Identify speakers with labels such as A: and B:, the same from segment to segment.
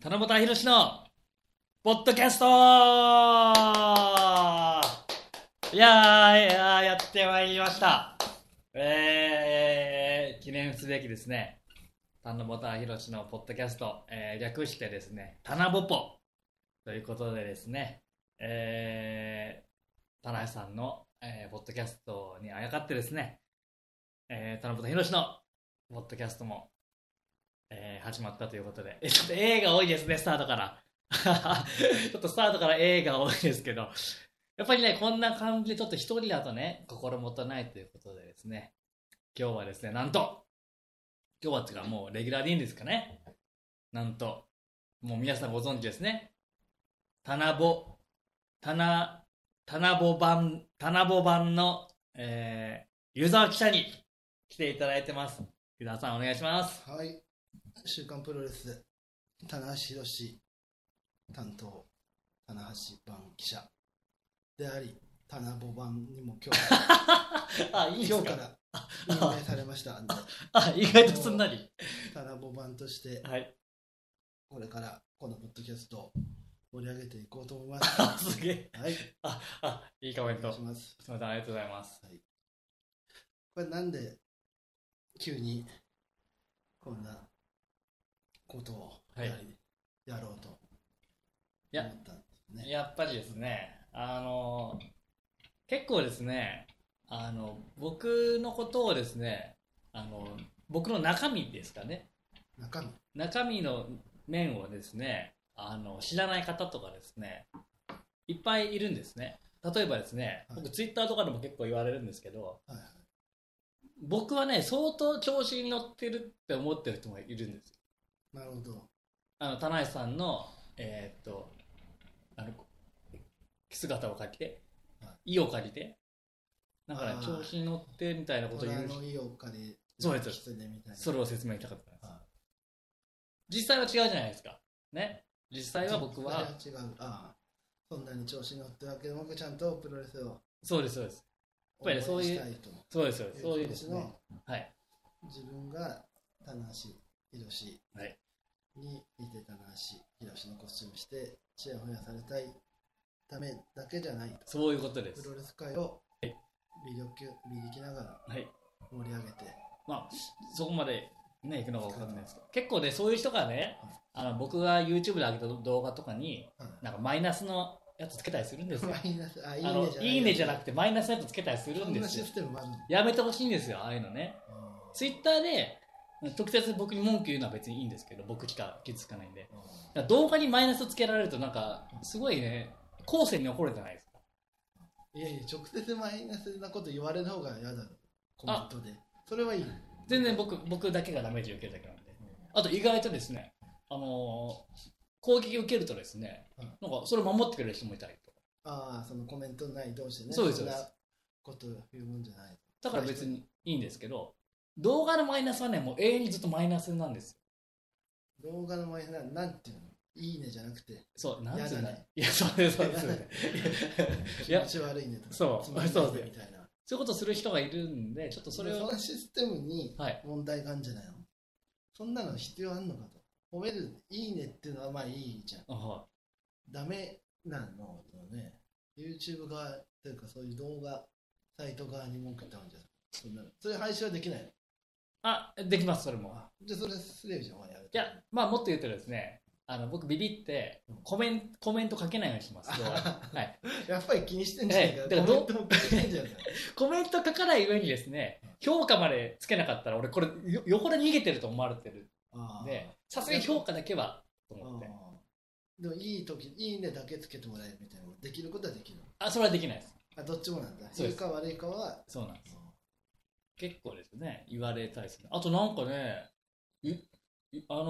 A: 七夕ひろしのポッドキャストいやーいやーやってまいりましたえー、記念すべきですね七夕ひろしのポッドキャスト、えー略してですね「たなぼぽ」ということでですねえー、田中さんの、えーポッドキャストにあやかってですね、えー、田中ひろしのポッドキャストも、えー始まったということで、えちょっと A が多いですね、スタートから。 ちょっとスタートから A が多いですけど、やっぱりね、こんな感じで、ちょっと一人だとね、心もたないということでですね、今日はですね、なんと、今日はっていうか、もうレギュラーでいいんですかね。なんと、もう皆さんご存知ですね、田名ぼたな、たなぼ版、たなぼ版の、えー、湯沢記者に来ていただいてます。湯沢さんお願いします。
B: はい。週刊プロレス、棚橋宏担当、棚橋版記者であり、棚ボ版にも今日
A: あ、 いいです
B: 今日か
A: から
B: 任命されましたんで、
A: あ、意外とすんなり。
B: 棚ボ版として、
A: はい。
B: これからこのポッドキャストを盛り上げていこうと思います。は
A: あ、すげえ。
B: い。
A: あ、あ、いいコメン
B: お
A: ト。
B: 願
A: すみ
B: いします。
A: ません、ありがとうございます。
B: これなんで急にこんなことをやり、
A: は
B: やろうと
A: や
B: 思ったんですね。
A: やっぱりですね、あの、結構ですね、あの、僕のことをですね、あの、僕の中身ですかね、
B: 中身。
A: 中身の面をですねあの知らない方とかですねいっぱいいるんですね例えばですね
B: はい
A: 僕ツイッターとかでも結構言われるんですけど
B: はいはい
A: 僕はね相当調子に乗ってるって思ってる人もいるんです
B: なるほど。
A: あの田内さんのえーっとあの姿を借りて
B: は
A: 意を借りてなんかね
B: あー
A: 調子に乗ってみたいなことを言
B: 虎
A: う
B: の意を借り、
A: そうです
B: 狐みたいな。
A: それを説明したかったんです
B: あ
A: 実際は違うじゃないですかね実際は僕は
B: それは違う。ああそんなに調子に乗ってわけでもなく、ちゃんとプロレスを
A: そうですそうですぱりねそういう
B: 応援したいと
A: そうですそうですそういうです
B: 気持
A: ねはい
B: ちの自分が、棚橋宏
A: はい
B: に似て棚橋宏のコスチュームして、ちやほやされたいためだけじゃないと。
A: そういうことで
B: プ
A: す
B: ロ。レス界を魅力、魅力ながら
A: はい。
B: 盛り上げて、
A: まあ、そこまでね、行くのか分かんないですけど、結構ね、そういう人がね、あの僕が YouTube で上げた動画とかに、
B: はい
A: なんかマイナスのやつつけたりするんですよ。
B: マイナス、あ、いい
A: あの
B: ねじゃない。
A: いいねじゃな
B: て、
A: くて、マイナスのやつつけたりする
B: そ
A: ん
B: ん
A: で
B: な
A: す
B: シ
A: よ
B: ス。テムもあるの
A: やめてほしいんですよ、ああいうのね。
B: あ
A: Twitter で、直接僕に文句言うのは別にいいんですけど、僕しか傷つかないんで。だか
B: あああ
A: ら動画にマイナスつけられると、なんか、すごいね、後世に怒るじゃないですか。
B: いやいや、直接マイナスなこと言われる方が嫌だろ、コメントで。それはいい。
A: 全然僕僕だけがダメージを受けるだけなんで。あと意外とですね、あのー攻撃を受けるとですね、
B: うん
A: なんかそれを守ってくれる人もいたりとか。
B: ああ、そのコメントない同士でね、
A: そうです
B: ん
A: そう
B: な
A: で
B: こと言うもんじゃない。
A: だから別にいいんですけど、動画のマイナスはね、もう永遠にずっとマイナスなんですよ。
B: 動画のマイナスなんていうのいいねじゃなく て、
A: そう、なんつう
B: や
A: んだ
B: だね
A: いや、そうです、そうです。
B: やだね
A: い
B: 気
A: や
B: 持、ち悪いねとか、
A: そう
B: つまんないね
A: そうです
B: みたいな。
A: そういうことする人がいるんで、ちょっと
B: そ
A: それを
B: の、システムに
A: はい。
B: 問題があるんじゃないのそんなの必要あんのかと。褒める、いいねっていうのはまあいいじゃん。
A: あは
B: ダメなのよね。YouTube 側というか、そういう動画、サイト側に文句言ったもんじゃない。そんなのそれ配信はできないの
A: あ、できます、それも。
B: あじゃあそれすればじゃん、お前やる
A: いや、まあもっと言うとですね、あの僕ビビってコメンコメント書けないようにします。動画にはい。
B: やっぱり気にしてんじゃないか
A: ええ
B: な。
A: だからど
B: コメントも気にしてんじゃないか
A: コメント書かない上にですね、評価までつけなかったら、俺これ、よ横で逃げてると思われてる
B: な
A: んで、さすがに評価だけは、と思って。
B: あーでもいい時、いいねだけつけてもらえるみたいなのできることはできるの。
A: あ、それはできないです。
B: あ、どっちもなんだ。
A: そ
B: いうい
A: です
B: か悪いかは。
A: そうなんです。結構ですね、言われたりする。あとなんかね、いいあのー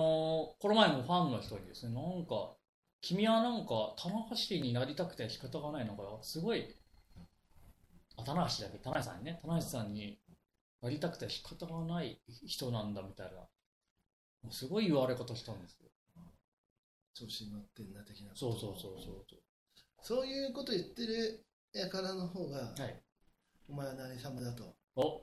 A: この前もファンの人にですね、なんか、君はなんか、棚橋になりたくて仕方がないのかよ。すごい、あ、棚橋だけど、棚橋さんにね、棚橋さんになりたくて仕方がない人なんだみたいな、もうすごい言われ方したんですよ。
B: 調子に乗ってんな的なこと。
A: そうそうそうそう
B: そういうこと言ってるやからの方が、
A: はい
B: お前は何様だと
A: お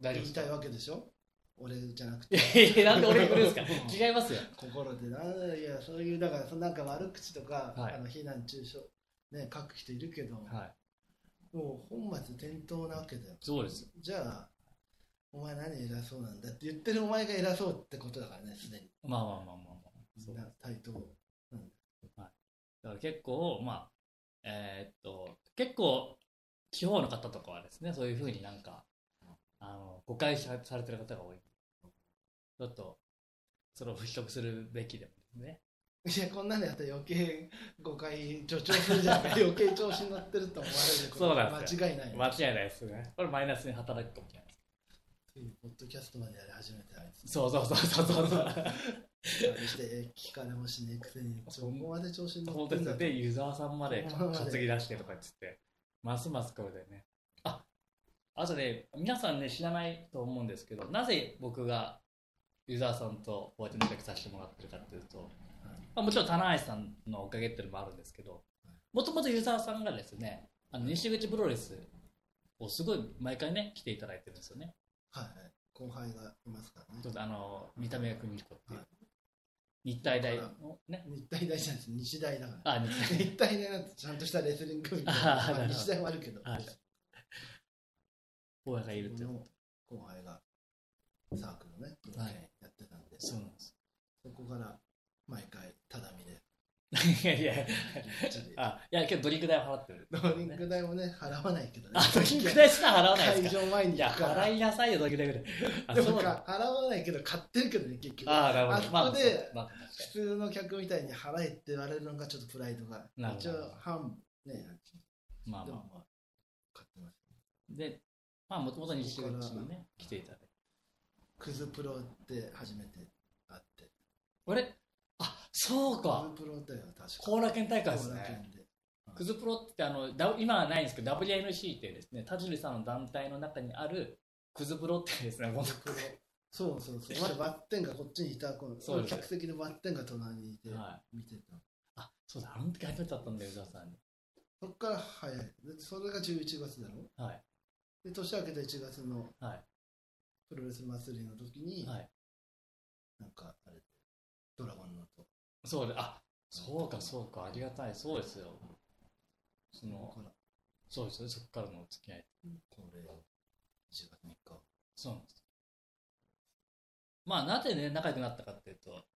A: 大丈夫で
B: 言い
A: す
B: た
A: か
B: いわけでしょ俺じゃなくて
A: いやなんで俺に来るんですか
B: うん
A: 違いますよ。
B: 心でないやそういうだからそのなんか悪口とか、
A: はい
B: あの非難中傷ね書く人いるけど、
A: はい。
B: もう本末転倒なわけだよ
A: そうですよ。
B: じゃあお前何偉そうなんだって言ってるお前が偉そうってことだからねすでに
A: まあまあまあまあまあ。
B: みんな対等
A: だから結構、まあ、えーっと、結構、地方の方とかはですね、そういうふうになんか、あの、誤解さされてる方が多い。ちょっと、それを払拭するべきでもですね。
B: いやこんなのやったら余計誤解助長するじゃ ん余計調子に乗ってると思われること
A: そうなんですよ
B: 間違いない
A: 間違いないですね。これマイナスに働くかもしれない。
B: ついにポッドキャストまでやり始めてあいつ
A: そうそうそうそうそうそう。
B: そして聞かれもしねえくせにそこまで調子に乗
A: 本当
B: って
A: で
B: ん
A: す
B: だ
A: よ
B: と
A: で、湯沢さんまで担ぎ出してとかっつって、ますますこれでね。ああとね、皆さんね、知らないと思うんですけど、なぜ僕が湯沢さんとこうやって仲良くさせてもらってるかっていうと、まあ、もちろん棚橋さんのおかげっていうのもあるんですけど、もともと湯沢さんがですね、あの西口プロレスをすごい毎回ね、来ていただいてるんですよね。
B: はいはい後輩がいますからね
A: ちょっとあの、見た目がくにこっていう
B: はい。
A: 日体大のね、
B: 日体大じゃないです日大だから
A: あ、日体大。
B: 日体大なんてちゃんとしたレスリング部みたいな
A: あー
B: ま
A: なるほ
B: あ
A: ど
B: 日大もあるけど、
A: はい親がいるという。
B: の後輩がサークルのね、プロ
A: はい
B: やってたんで、
A: そうなんです。
B: そこから毎回、ただみで、
A: いやいや、
B: こっちで
A: あ、いや、けどドリンク代は払ってる。
B: ドリンク代もね、払わないけどね、
A: あ、ドリンク代しか払わないで
B: 会
A: すか。
B: 場前
A: い
B: に
A: や、
B: 行くから、
A: 払いなさいよ、ドリンク代ぐらい。あ、
B: で
A: そ
B: も
A: う
B: か
A: だ。
B: 払わないけど、買ってるけどね、結局、
A: あー、なるほど。ま
B: あ
A: あ、
B: そこで
A: まあ、
B: 普通の客みたいに払えって言われるのがちょっとプライドが、
A: なるほ
B: 一
A: ど
B: 応、半、ね、
A: まあ、
B: でも
A: まあ。
B: まあ、買ってます。
A: で、まあ、もともと西口にね、来ていただいて。
B: クズプロって初めて会って、
A: あれあ、そうか。
B: クズプロだよ、確か
A: 後楽園大会です
B: 後楽
A: ね。
B: 園で
A: クズプロってあの、ダブ今はないんですけど、WNC ってですね、田尻さんの団体の中にあるクズプロってですね、この
B: そうそうそう。まだバッテンがこっちにいた頃、
A: そうです
B: 客席のバッテンが隣にいて
A: はい。
B: 見てた。
A: あ、そうだ、あの時初めてだったんだよ、宇沢さんに。
B: そっから早い。でそれが11月だろ
A: はい。
B: で、年明けた1月の
A: はい
B: プロレス祭りの時に、
A: はい。
B: なんかあれ、ドラゴンのと。
A: そうで、あ、そうか、そうか、ありがたい、そうですよ。その、
B: これ
A: そうですよ、そこからのお付き合い。
B: これ、1月3日。
A: そうなんです。まあ、なぜね、仲良くなったかっていうと、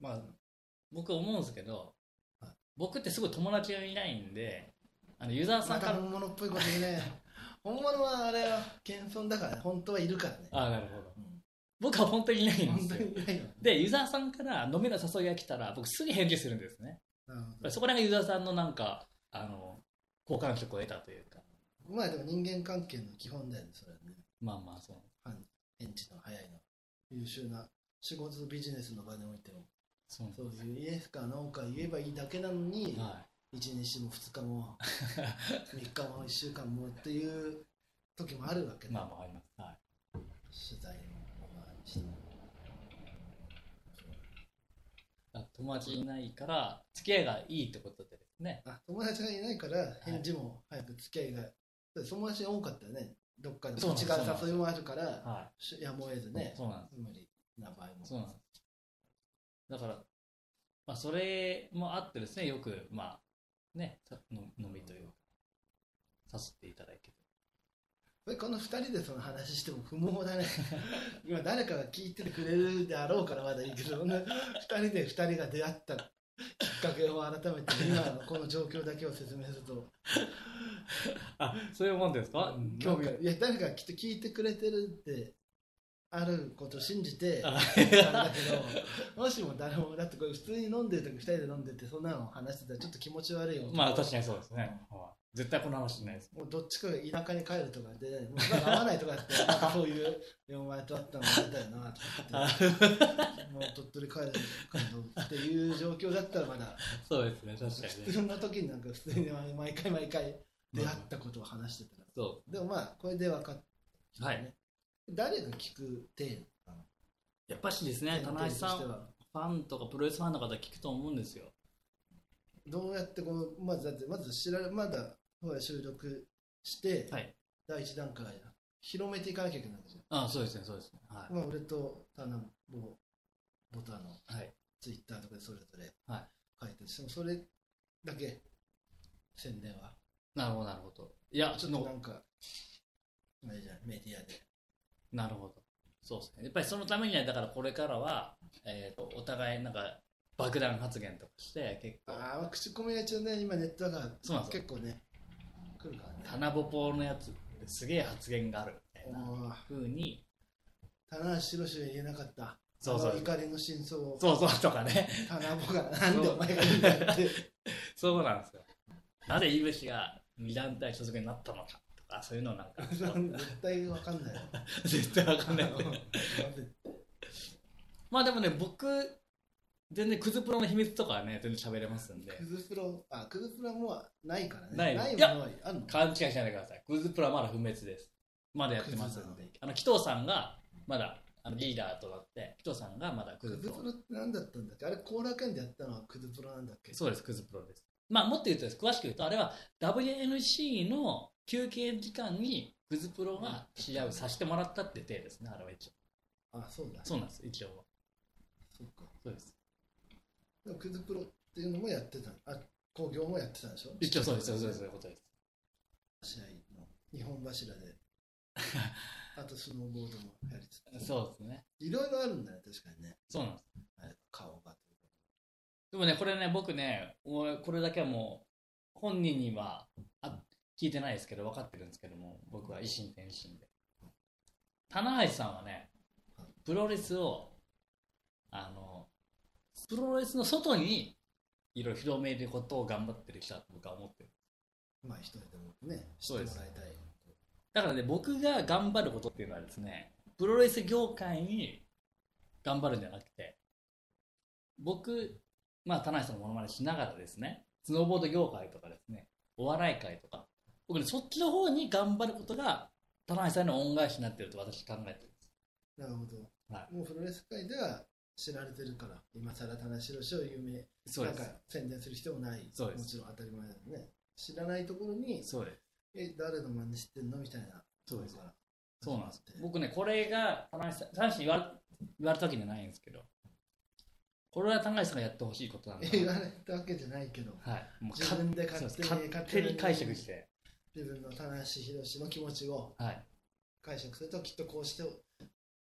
A: まあ、僕思うんですけど
B: はい、
A: 僕ってすごい友達がいないんで、あの、ユーザーさ
B: ま
A: んか
B: た
A: ら、
B: 本物っぽいこと言 うね。本物はあれは謙遜だからね。本当はいるからね。
A: あなるほど。
B: うん
A: 僕は本当にいないんで
B: 本当
A: すよ。
B: にいないよ。
A: で、ユーザーさんから飲みの誘いが来たら、僕すぐ返事するんですね。
B: なるほど
A: そこら辺がユーザーさんのなんか、あの、好感触を得たというか、
B: まあでも人間関係の基本だよね、それはね。
A: まあまあ、そう。
B: 返事の早いの優秀な仕事ビジネスの場においても
A: そうなんで
B: そういうイエスかノーか言えばいいだけなのに、
A: す。はい。
B: 1日も2日も 3日も1週間もっていう時もあるわけ
A: まあまあ、あります。はい。
B: 取材もまあして
A: あ友達いないから付き合いがいいってことでですね
B: あ友達がいないから返事も早く付き合いが、友達多かったよねどっかで
A: そう
B: も
A: なん
B: 違
A: で
B: う
A: すそうなんです
B: 誘いもあるから
A: は
B: しやむを得ず
A: い
B: ね
A: そうなんです
B: 無理な場合も
A: そうなんですだから、まあ、それもあってですねよくまあねさの飲みというか誘っていただいて
B: これこの2人でその話しても不毛 だね今誰かが聞いててくれるであろうからまだいいけどそんな2人で2人が出会ったきっかけを改めて今のこの状況だけを説明すると
A: あそういうもんですか、
B: うん
A: 興味
B: なんかいや誰かがきっと聞いてくれてるってあることを信じて
A: あ
B: たんだけども しも誰もだってこれ普通に飲んでる時2人で飲んでてそんなの話してたらちょっと気持ち悪いよ
A: まあ確かにそうですね、はい絶対この話しないです
B: もうどっちかが田舎に帰るとかで、もうなんか合わないとかって、なんかそういう、でもお前と会ったの嫌だよなとかって、もう鳥取帰るかっていう状況だったらまだ、
A: そうですね 確か
B: 普通の時になんか普通に毎回毎回出会ったことを話してたら、
A: そ
B: でもまあ、これで分かった、
A: はい。
B: 誰が聞く程
A: うやっぱしです
B: 度、
A: ね棚橋さん
B: 程
A: フ
B: 度としては
A: ァンとかプロレスファンの方聞くと思うんですよ
B: どうやってこの、まずだって、まず知られ、まだ、ほら収録して、
A: はい
B: 第一段階、一広めていかなきゃいけないわけじゃん
A: あそうですね、そうですね。はい。
B: まあ、俺と田中ボボタの
A: はい。
B: ツイッターとかでそれぞれ
A: はい
B: 書いてるし、でもそれだけ宣伝は
A: なるほど、なるほど。いや、
B: ち
A: ち
B: ょ
A: ょ
B: っ
A: っ
B: と
A: と
B: な、んかあれじゃんメディアで
A: なるほど。そうですね。やっぱりそのためには、だからこれからは、えっ、と、お互いなんか、爆弾発言とかして、結構、
B: ああ口コミが一応ね今ネットが
A: そうなんですよ。
B: 結構ね来るからね
A: タナボポのやつですげえ発言があるみたいな
B: おー
A: ふうに、
B: 棚橋宏が言えなかった
A: そうそ
B: あの
A: う。
B: 怒りの真相を
A: そうそうとかね。
B: 棚ぼがなんでお前が言うんだよって
A: そうなんですよ。なぜ井口が二団体所属になったのかとか、そういうのなんか、
B: 絶対わかんないよ
A: 絶対わかんない、
B: うん
A: ね。まあでもね、僕、全然クズプロの秘密とかはね、全然喋れますんで。
B: クズプロあクズプロはもうないからね
A: ない
B: ない
A: い
B: も
A: や
B: のはあるの
A: 勘違いしないでください。クズプラまだ不滅です。まだやってますんで。あの、紀藤さんが、まだ、あのリーダーとなって、紀藤さんがまだク
B: ク
A: ズプ
B: ズ
A: ロ
B: プ。ロって何だったんだっけあれ後楽園でやったのはクズプロなんだっけ
A: そうです、クズプロです。まあ、もっと言うとです、詳しく言うと、あれは WNC の休憩時間に、クズプロが試合をさせてもらったって体ですね、あれは一応。
B: あそうだ
A: そうなんです、一応は。
B: そうか
A: そうです。
B: でもクズプロっていうのもやってたあ工業もやってたんでしょ
A: 一応そうです、そうです、そういうことです。
B: 試合の日本柱であとスノーボードもやりつつ
A: そうですね。
B: いろいろあるんだね確かにね
A: そうなんです。
B: あれ顔が
A: でもね、これね、僕ね、おこれだけはもう、本人にはあ聞いてないですけど、分かってるんですけども、僕は一心転身で。棚橋さんはね、プロレスを、あの、プロレスの外に、いろいろ広めることを頑張ってる人だと僕は思ってる。
B: まあ一人でもね知
A: そう
B: って
A: で
B: も
A: す
B: らいたい
A: だからね、僕が頑張ることっていうのはですね、プロレス業界に頑張るんじゃなくて、僕、まあ、田中さんのものまねしながらですね、スノーボード業界とかですね、お笑い界とか、僕ね、そっちの方に頑張ることが、田中さんの恩返しになってると私考えてるんです。
B: なるほど、
A: は
B: もうプロレス界では知られてるから今更田中宏を有名
A: そう
B: な
A: で
B: んか宣伝する必要もない
A: そうです
B: もちろん当たり前だよね知らないところに
A: す。そうです。
B: え誰の真似してんのみたいな
A: そうです
B: ところから
A: そうなんです
B: 始。まって
A: 僕ね、これが田中さん、田中さんに言われ言われたわけじゃないんですけど、これは田中さんがやってほしいことなんだな
B: 言われたわけじゃないけど
A: はい。もう
B: 自分で勝手に
A: そうです勝手に解釈して。
B: 自分の田中宏の気持ちを
A: はい。
B: 解釈するときっとこうして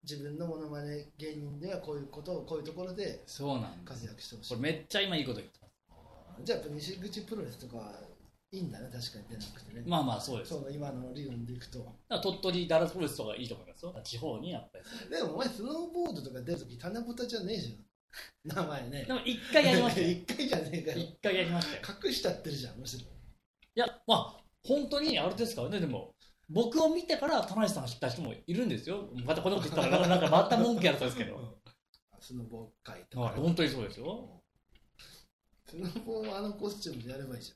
B: 自分のモノマネ芸人ではこういうことをこういうところで
A: そうなんです。
B: 活躍してほし
A: こ
B: い
A: れめっちゃ今いいこと言ってます。
B: じゃあやっぱ西口プロレスとかはいいんだね確かに出なくてね、
A: まあまあそうです。
B: その今の理論でいくと
A: だから鳥取ダラスプロレスとかいいと思いますよ。地方にやっぱり。
B: でもお前スノーボードとか出るとき棚ぼたじゃねえじ ゃん名前ね
A: でも一回やりましたよ。
B: 一回じゃねえか よ
A: 一回やりましたよ。
B: 隠しちゃってるじゃんむしろ
A: いや、まあ、本当にあれですからね、でも。僕を見てから田中さん知った人もいるんですよ。またこんなこと言ったら、 なんかまた文句やらそうですけど。
B: スノボ会と
A: はい
B: か、
A: 本当にそうですよ。
B: スノボをあのコスチュームでやればいいじ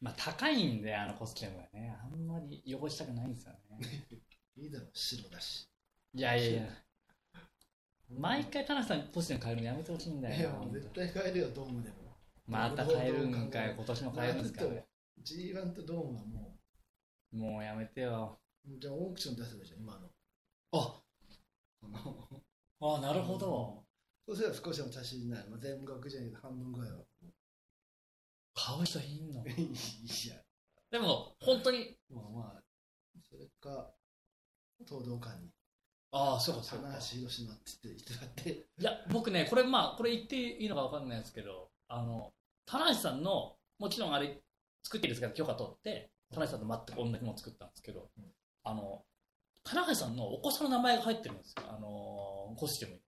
A: まあ高いんで、あのコスチュームがね。あんまり汚したくないんですよね。
B: ゃんいいだろ白だし
A: いや いやいや。毎回田中さんコスチューム変えるのやめてほしいんだ
B: いや
A: よ。
B: もう絶対変えるよドームでも
A: また変えるんかよ。今年も変えるんですかね。
B: G1 とドームはも
A: もうやめてよ。
B: うじゃあオークション出せばいいじゃん今 の
A: あ、あ、なるほど。
B: そうすれば少しも足しになる、まあ、全額じゃないけど半分ぐらいは
A: 買う人いんの
B: いや
A: でも、本当に。
B: まあまあそれか東道館に
A: ああ、
B: 棚
A: そうか。
B: 橋宏のって言ってたって
A: いや、僕ね、これまあ、これ言っていいのかわかんないですけど、あの、田橋さんの、もちろんあれ、作ってるんですけど、許可取って、田橋さんと全く同じもの作ったんですけど
B: うん、
A: あの、田中さんのお子さんの名前が入ってるんですよ。あの、コスチュームに。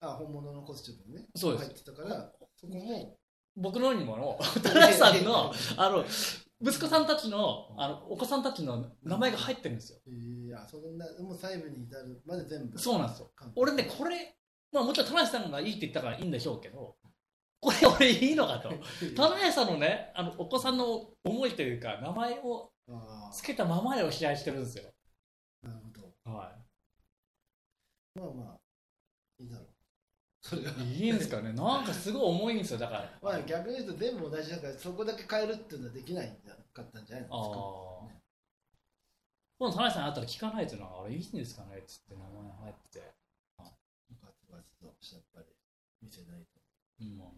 B: ああ本物のコスチュームにね
A: そうです
B: 入ってたからそこも
A: 僕のにもの、田中さんの、あの、息子さんたちの、あの、お子さんたちの名前が入ってるんですよ。
B: えー、あそんなもう細部に至るまで全部
A: そうなんですよ。
B: 完璧
A: 俺ね、これ、まあもちろん、田中さんがいいって言ったからいいんでしょうけど、これ俺いいの かと。田中さんのね、あの、お子さんの思いというか、名前を
B: あ
A: 付けたままでを試合してるんですよ。
B: あなるほど
A: は
B: まあまあ、いいだろう。それが。
A: い。いいんですかね。なんかすごい重いんですよ、だから。
B: まあ逆に言うと全部同じだから、そこだけ変えるっていうのはできないんじゃなかったんじゃないです
A: あ
B: か。
A: ー今度、田中さんに会ったら聞かないとな、あれいいんですかねっつって名前入ってて。
B: バツバツとやっぱり見せないと。
A: うん、まあ。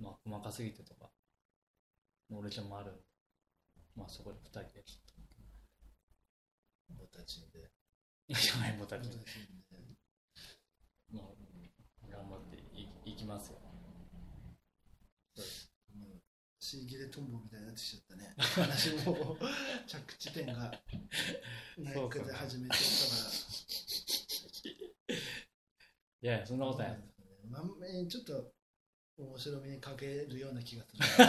A: まあ、細かすぎてとか、ノーレジもある。まあ、そこで二人で。
B: ボタチンで。
A: いや、ないもた
B: ボタ
A: ち
B: チン。で。
A: まあ、頑張っていいきますよ。
B: もう、死切れトンボみたいになってきちゃったね。話も、着地点が、内
A: そうか
B: 科で始めてた
A: いやいや、そんなこと
B: か
A: な
B: ら。
A: い。
B: まんえーちょっと、面白みに欠けるような気がする。 俺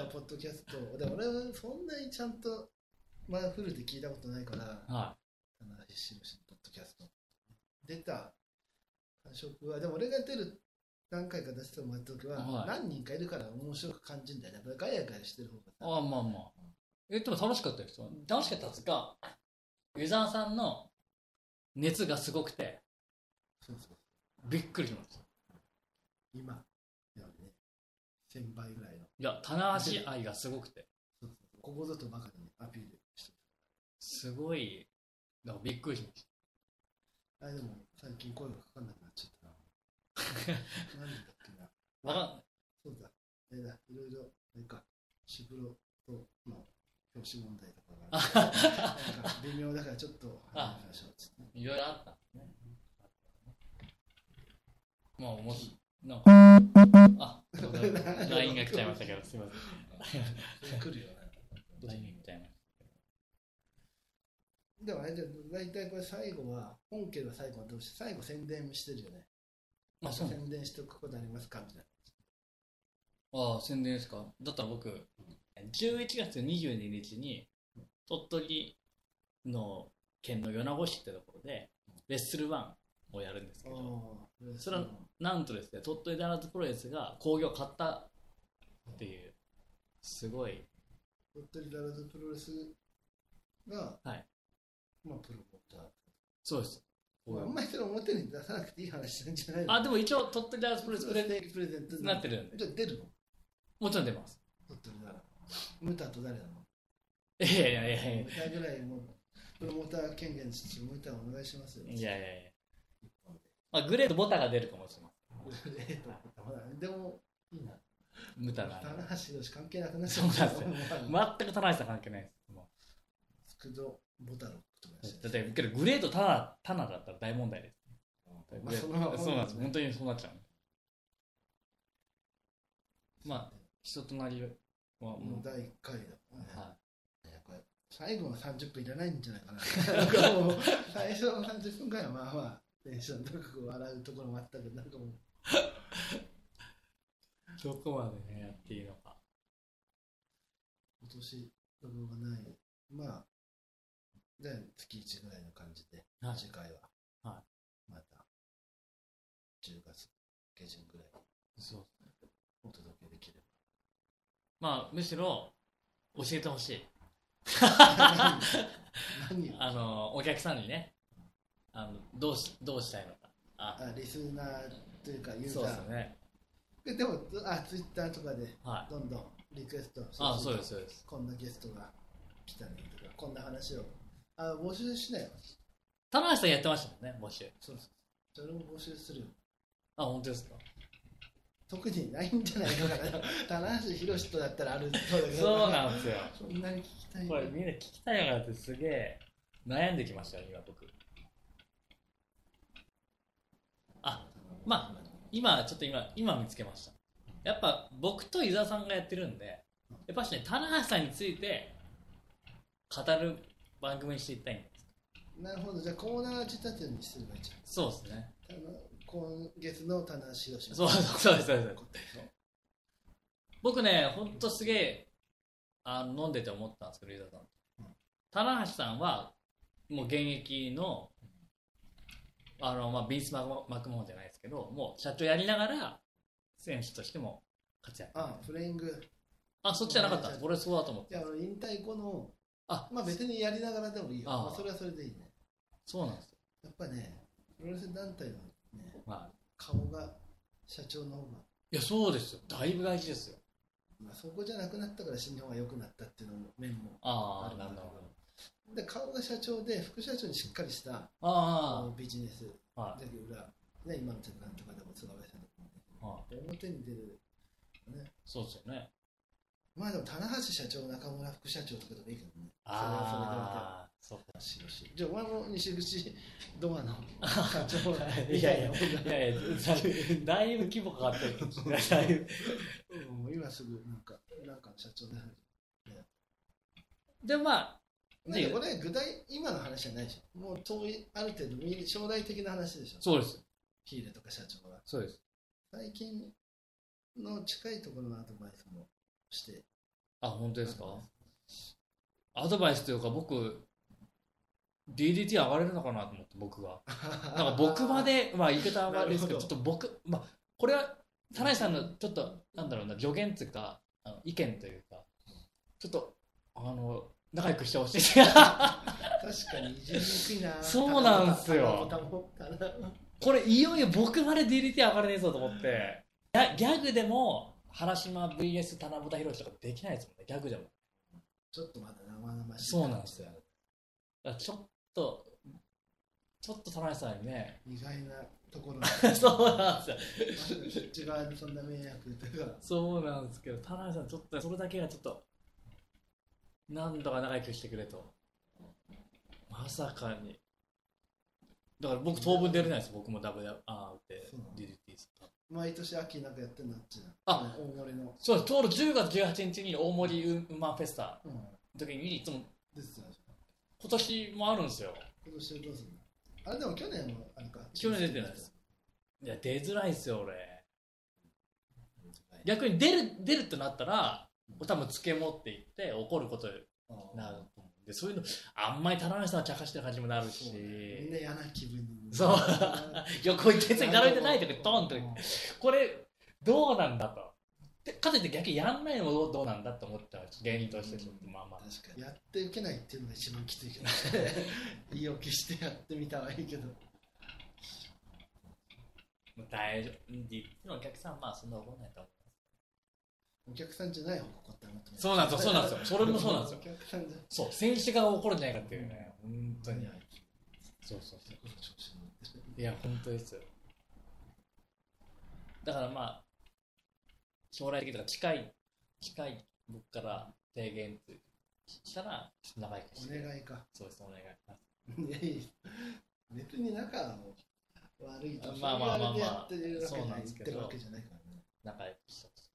B: はポッドキャスト、でも俺はそんなにちゃんと、まあ、フルで聞いたことないから、
A: は
B: 棚橋宏のポッドキャスト。出た感触は、でも俺が出る何回か出してもらった時は、
A: はい
B: 何人かいるから面白く感じるんだよね。やっぱガヤガヤしてる方
A: い。
B: が
A: ああ、まあまあ。え、でも楽しかったですよ。楽しかったっつうか、湯沢さんの熱がすごくて、
B: そうそう
A: びっくりしました。
B: 今、ではね、1000倍ぐらいの。
A: いや、棚橋愛がすごくて、
B: そうそうここぞとばかりにアピールして
A: すごい、だからびっくりしました。
B: る。あ、でも最近声がかかんなくなっちゃったな。なんでだっけな。
A: わかん
B: そうだ。あれだ、いろいろ、あれか、シブロとの表紙問題とかがあって、なんか微妙だからちょっと話しましょうっつって。
A: いろいろあったんですね。まあ、もし、なんか、あ、そうだ LINE が来ちゃいましたけど、すいません。
B: 来るよね。
A: LINE みたいな。
B: でもあれだよ、大体これ最後は、本家は最後はどうして、最後宣伝してるよね。
A: まあ、そうなん
B: 宣伝しておくことありますかみたい
A: ああ、宣伝ですか。だったら僕、11月22日に、鳥取の県の米子市ってところで、レッスルワンをやるんですけ
B: な。
A: ど、
B: あ
A: それはなんとですね、鳥取ダイナーズプロレスが興行を買ったっていう、すごい、
B: 鳥取ダラズプロレスが、
A: はい
B: まあ、プロモーター。
A: そうです。
B: まああんまりそれ表に出さなくていい話なんじゃないの
A: あ、でも一応、鳥取ダイナーズプロレスプレゼン
B: プレゼント
A: になってるんで、
B: じゃあ出るの
A: もちろん出ます。
B: 鳥取ダラ。ムタと誰なの
A: いやいやいやい
B: ムタぐらいもう、プロモーター権限して、ムタお願いしますよ。
A: や、いやいやいや。
B: 一本で。
A: まあ、グレートボタが出るかもしれない。
B: えっとほら でも、いいな。
A: ムタが。
B: 棚橋宏関係なくなっちゃった
A: そう
B: よ
A: 全く田中さん関係ないです。もう
B: 福戸ボタロックとかやっ
A: だ
B: て
A: ってけどグレートタナタナだったら大問題です。
B: まあそのまま
A: そうなんです。
B: ね
A: 本当にそうなっちゃう。まあ人となりはも
B: もう
A: う、
B: 第1回だもんね
A: はい
B: やこれ最後の30分いらないんじゃないかなな んかもう最初の30分ぐらいはまあまあテンション高く笑うところもあったけどなんかもう
A: い、どこまでねやっていいのか。
B: 今年どこがないまあじゃあ月1ぐらいの感じで
A: はい
B: 次回は
A: は
B: また10月下旬ぐらいに
A: そう。
B: お届けできれば
A: まあむしろ教えてほしい。
B: 何を
A: あのお客さんにね、あのどうしどうしたいのか。あ、
B: あリスナーというかユーザ
A: そうです
B: ー
A: よね。
B: ででもあツイッターとかで
A: はい。
B: どんどんリクエスト
A: あ、そうですそうです。
B: こんなゲストが来たねとかこんな話をあ募集しないよ
A: 田中さんやってましたもんね募集。
B: そうそうそれも募集するよ
A: あ、本当ですか。
B: 特にないんじゃないかな棚橋宏とだったらあるそうだけど
A: そうなんですよ。
B: そんなに聞きたい
A: これみんな聞きたいのかなってすげえ悩んできましたよ今僕あまあ今ちょっと今今見つけましたやっぱ僕と伊沢さんがやってるんでやっぱしね棚橋さんについて語る番組にしていきたいんです
B: なるほどじゃあコーナー仕立てにすればいいじ
A: そうですね
B: ゃんあの今月の棚橋宏
A: そうそうそうですそうです
B: ことでしょ
A: 僕ねほんとすげえあの飲んでて思ったんですけど伊沢さんと
B: うん
A: 棚橋さんはもう現役のあの、まあ、ビースマクモ・マクモホンじゃないですけどもう社長やりながら選手としても活躍
B: あプレイング
A: あそっちじゃなかったんです俺そうだと思って
B: いや俺引退後の
A: あ
B: まあ別にやりながらでもいいよ
A: ああ
B: まあ、それはそれでいいね
A: そうなんですよ、
B: やっぱねプロレス団体のね
A: まあ、
B: 顔が社長の方が
A: いやそうですよだいぶ大事ですよ
B: まあ、そこじゃなくなったから新日本が良くなったっていうのも面も
A: あ
B: あ
A: あ、
B: る
A: なる
B: ん
A: ほ
B: だ
A: ど。
B: けどで顔が社長で副社長にしっかりした
A: あ
B: ビジネス
A: あ、は
B: だけど裏、ね、今のちゃんなんとかでも菅原さんとかも
A: い。はい
B: 表に出る
A: そうですよね。
B: まあでも棚橋社長中村副社長とかでもいいけどね
A: ああ、そうか。
B: それはそれでじゃあお前も西口ド アの社長みたいなもんが
A: いやいや、だいぶ規模変わってる。だいぶ
B: うん今すぐなんかなんかの社長になる
A: で、まあ、
B: なんかこれ具体今の話じゃないでしょもう遠いある程度未将来的な話でしょ
A: そうです。
B: ヒーレとか社長が
A: そうです。
B: 最近の近いところのアドバイスもして
A: あ、本当ですかアドバイスというか、僕、DDT 上がれるのかなと思って、僕が。なんか僕まで、まあ言い方は悪いですけど、
B: な
A: ちょ
B: る
A: っと僕、まあ、これは、田内さんの、ちょっと、なんだろうな、助言というか、あの意見というか、ちょっと、あの、仲良くしてほしい。
B: 確かにいじりにくいな
A: そうなんすよ
B: 棚ぼた棚ぼた棚ぼ
A: これいよいよ僕まで DDT 上がれねえぞと思ってギャギャグでも原島 VS 田中宏とかできないですもんねギャグでも
B: ちょっとまだ生々しい
A: そうなんですよだからちょっとちょっと田中さんにね
B: 意外なところ
A: そうなんですよ
B: そっち側にそんな迷惑というか
A: そうなんですけど田中さんちょっとそれだけがちょっとなんとか仲良くしてくれとまさかにだから僕当分出れないです僕も WR って
B: そうなの
A: DDT
B: 毎年秋なんかやってんのあっちな
A: あ
B: 大盛りの
A: そうですちょうど10月18日に大森ウーマンフェスタ
B: うん
A: 時にいつも
B: 出てたでしょ
A: 今年もあるんですよ
B: 今年はどうするのあれでも去年もあれか
A: 去年出てないですいや出づらいですよ俺逆に出る出るってなったら多分つけ持っていって怒ることに
B: ああ
A: なると思うんでそういうのあんまり田中さんは茶化してる感じもなる
B: そ
A: し
B: うねみんな嫌な気分に
A: そう 横に全然並べてないとかドンとかこれどうなんだとでかといって逆にやんないのもどうどうなんだと思った芸人としてちょっとまあまあ
B: 確かにやって受けないっていうのが一番きついけど言い訳してやってみたはいいけど
A: もう大丈夫でお客さんはまあそんな怒らないと思
B: お客さんじゃない方が怒ったなと思
A: うそうなんですよそうなんですよそれもそうなんですよ
B: お客さんじゃ
A: そう、選手が怒るんじゃないかっていうね、本当に
B: あ。いつ
A: そうそうそ
B: こそ調子に乗っ
A: う。
B: て
A: いや、本当ですよ。だからまあ、将来的とか近い、近い僕から提言ってしたら、ちょっと長いかもしれ
B: お
A: ない。
B: 願い か
A: そうです、お願いします。
B: いやいや別に仲は悪いと
A: まあまあまあまあ
B: そういうれでやってるわけじ
A: そうなです
B: ゃなんい言っ
A: け
B: て
A: ど
B: るわけじゃないからね
A: 仲良くしてほしい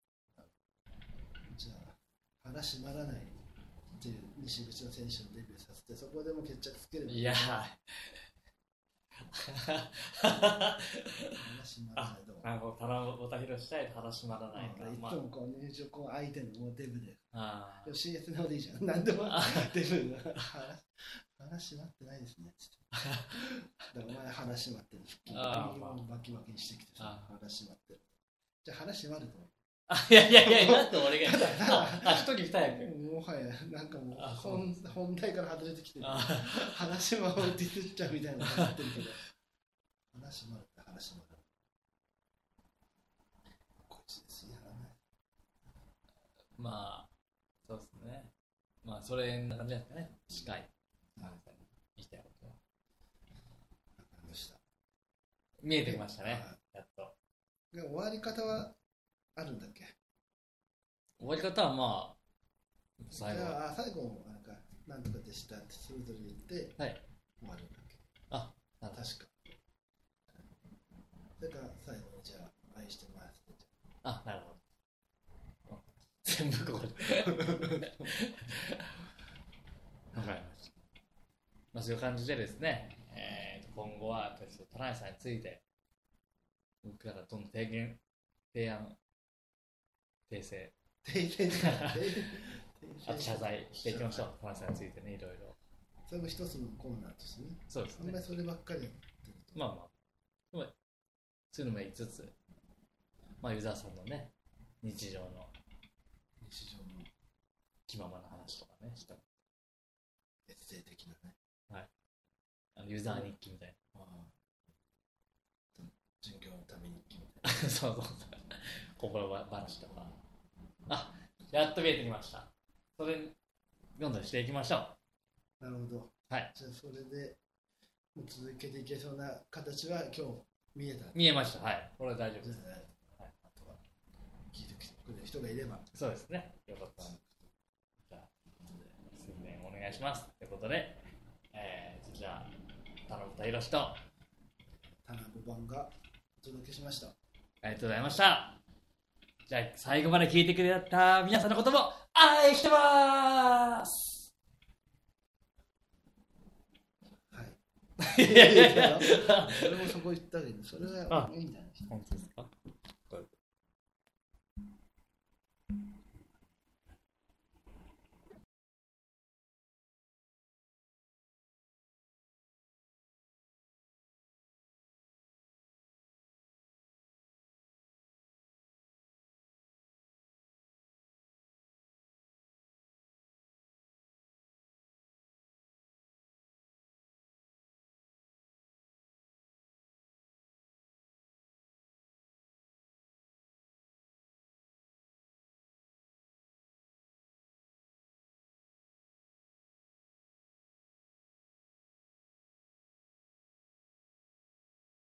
B: じゃあ腹締まらないっていう西口の選手のデビューさせてそこでもう決着つければ
A: いやー。
B: 腹締まらないと
A: あの、田中宏したいと話まらないから、
B: いつ
A: ま
B: もこう入場こう相手のもうデブで
A: あ、あ
B: でも CS の方でいいじゃん何でも
A: あ
B: デブ腹腹締まってないですねつってだからお前腹締まってる腹
A: あー
B: 筋
A: まあ
B: もバキバキにしてきてさ
A: あ
B: 腹締まってるじゃあ腹締まる と思う
A: あ。いやいやいや、なんで俺が
B: ただただ
A: あ、あ一人二役。
B: もはやなんかもう
A: あそう
B: 本本題から外れてきてる
A: あー
B: 話はをディスっちゃうみたいなことやってるけ ど話もあるって話もあるこいつですやらない
A: まあ、そうですね。まあ、それな感じですかね。近い。見たいことは
B: でした
A: 見えてきましたね。
B: は
A: やっと。
B: いで終わり方はあるんだっけ
A: 終わり方はまあ、最
B: じ
A: 後。
B: ゃあ最後もあれかなんとかでしたってそれぞれ言って
A: はい。
B: 終わるんだっけ
A: あ、なるほど
B: 確かそれから最後にじゃあ愛してますって
A: あ、なるほど。あ全部ここで。わかりました。まあ、そういう感じでですね、えーと今後は、やっぱりその田中さんについて、僕らがどんどん提言、提案、訂正、
B: 訂正じゃない訂正
A: あと謝罪していきましょう、田中さんについてね、いろいろ。
B: それも一つのコーナーとしてね
A: そうです
B: あんま
A: ね
B: り。そればっかりやってると
A: まあまあ、でもそういうのも5つつ、まあ、ユーザーさんのね、日常の
B: 日常の
A: 気ままな話とかね、した
B: エッセイ的なね
A: あのユーザー日記みたい
B: ああ授業のために決め た
A: な、そうそうそう、心話とか。あやっと見えてきました。それ、どんどんしていきましょう。
B: なるほど。
A: はい。
B: じゃあそれで、もう続けていけそうな形は今日見えた。
A: 見えました。はい。これは大丈夫
B: じ
A: で
B: ゃ
A: す。
B: あ、あとは聞いてくれる人がいれば。
A: そうですね。よかった。じゃあ、宣伝お願いします。ということで、えー、じゃあ、田中宏と、あ
B: 田辺版がお届けしました。
A: りがとうございました。じゃあ、最後まで聞いてくれた皆さんのことも愛してます
B: はい。いやいやいや俺もそこ行ったけど、それはいいんじゃない
A: 本当ですか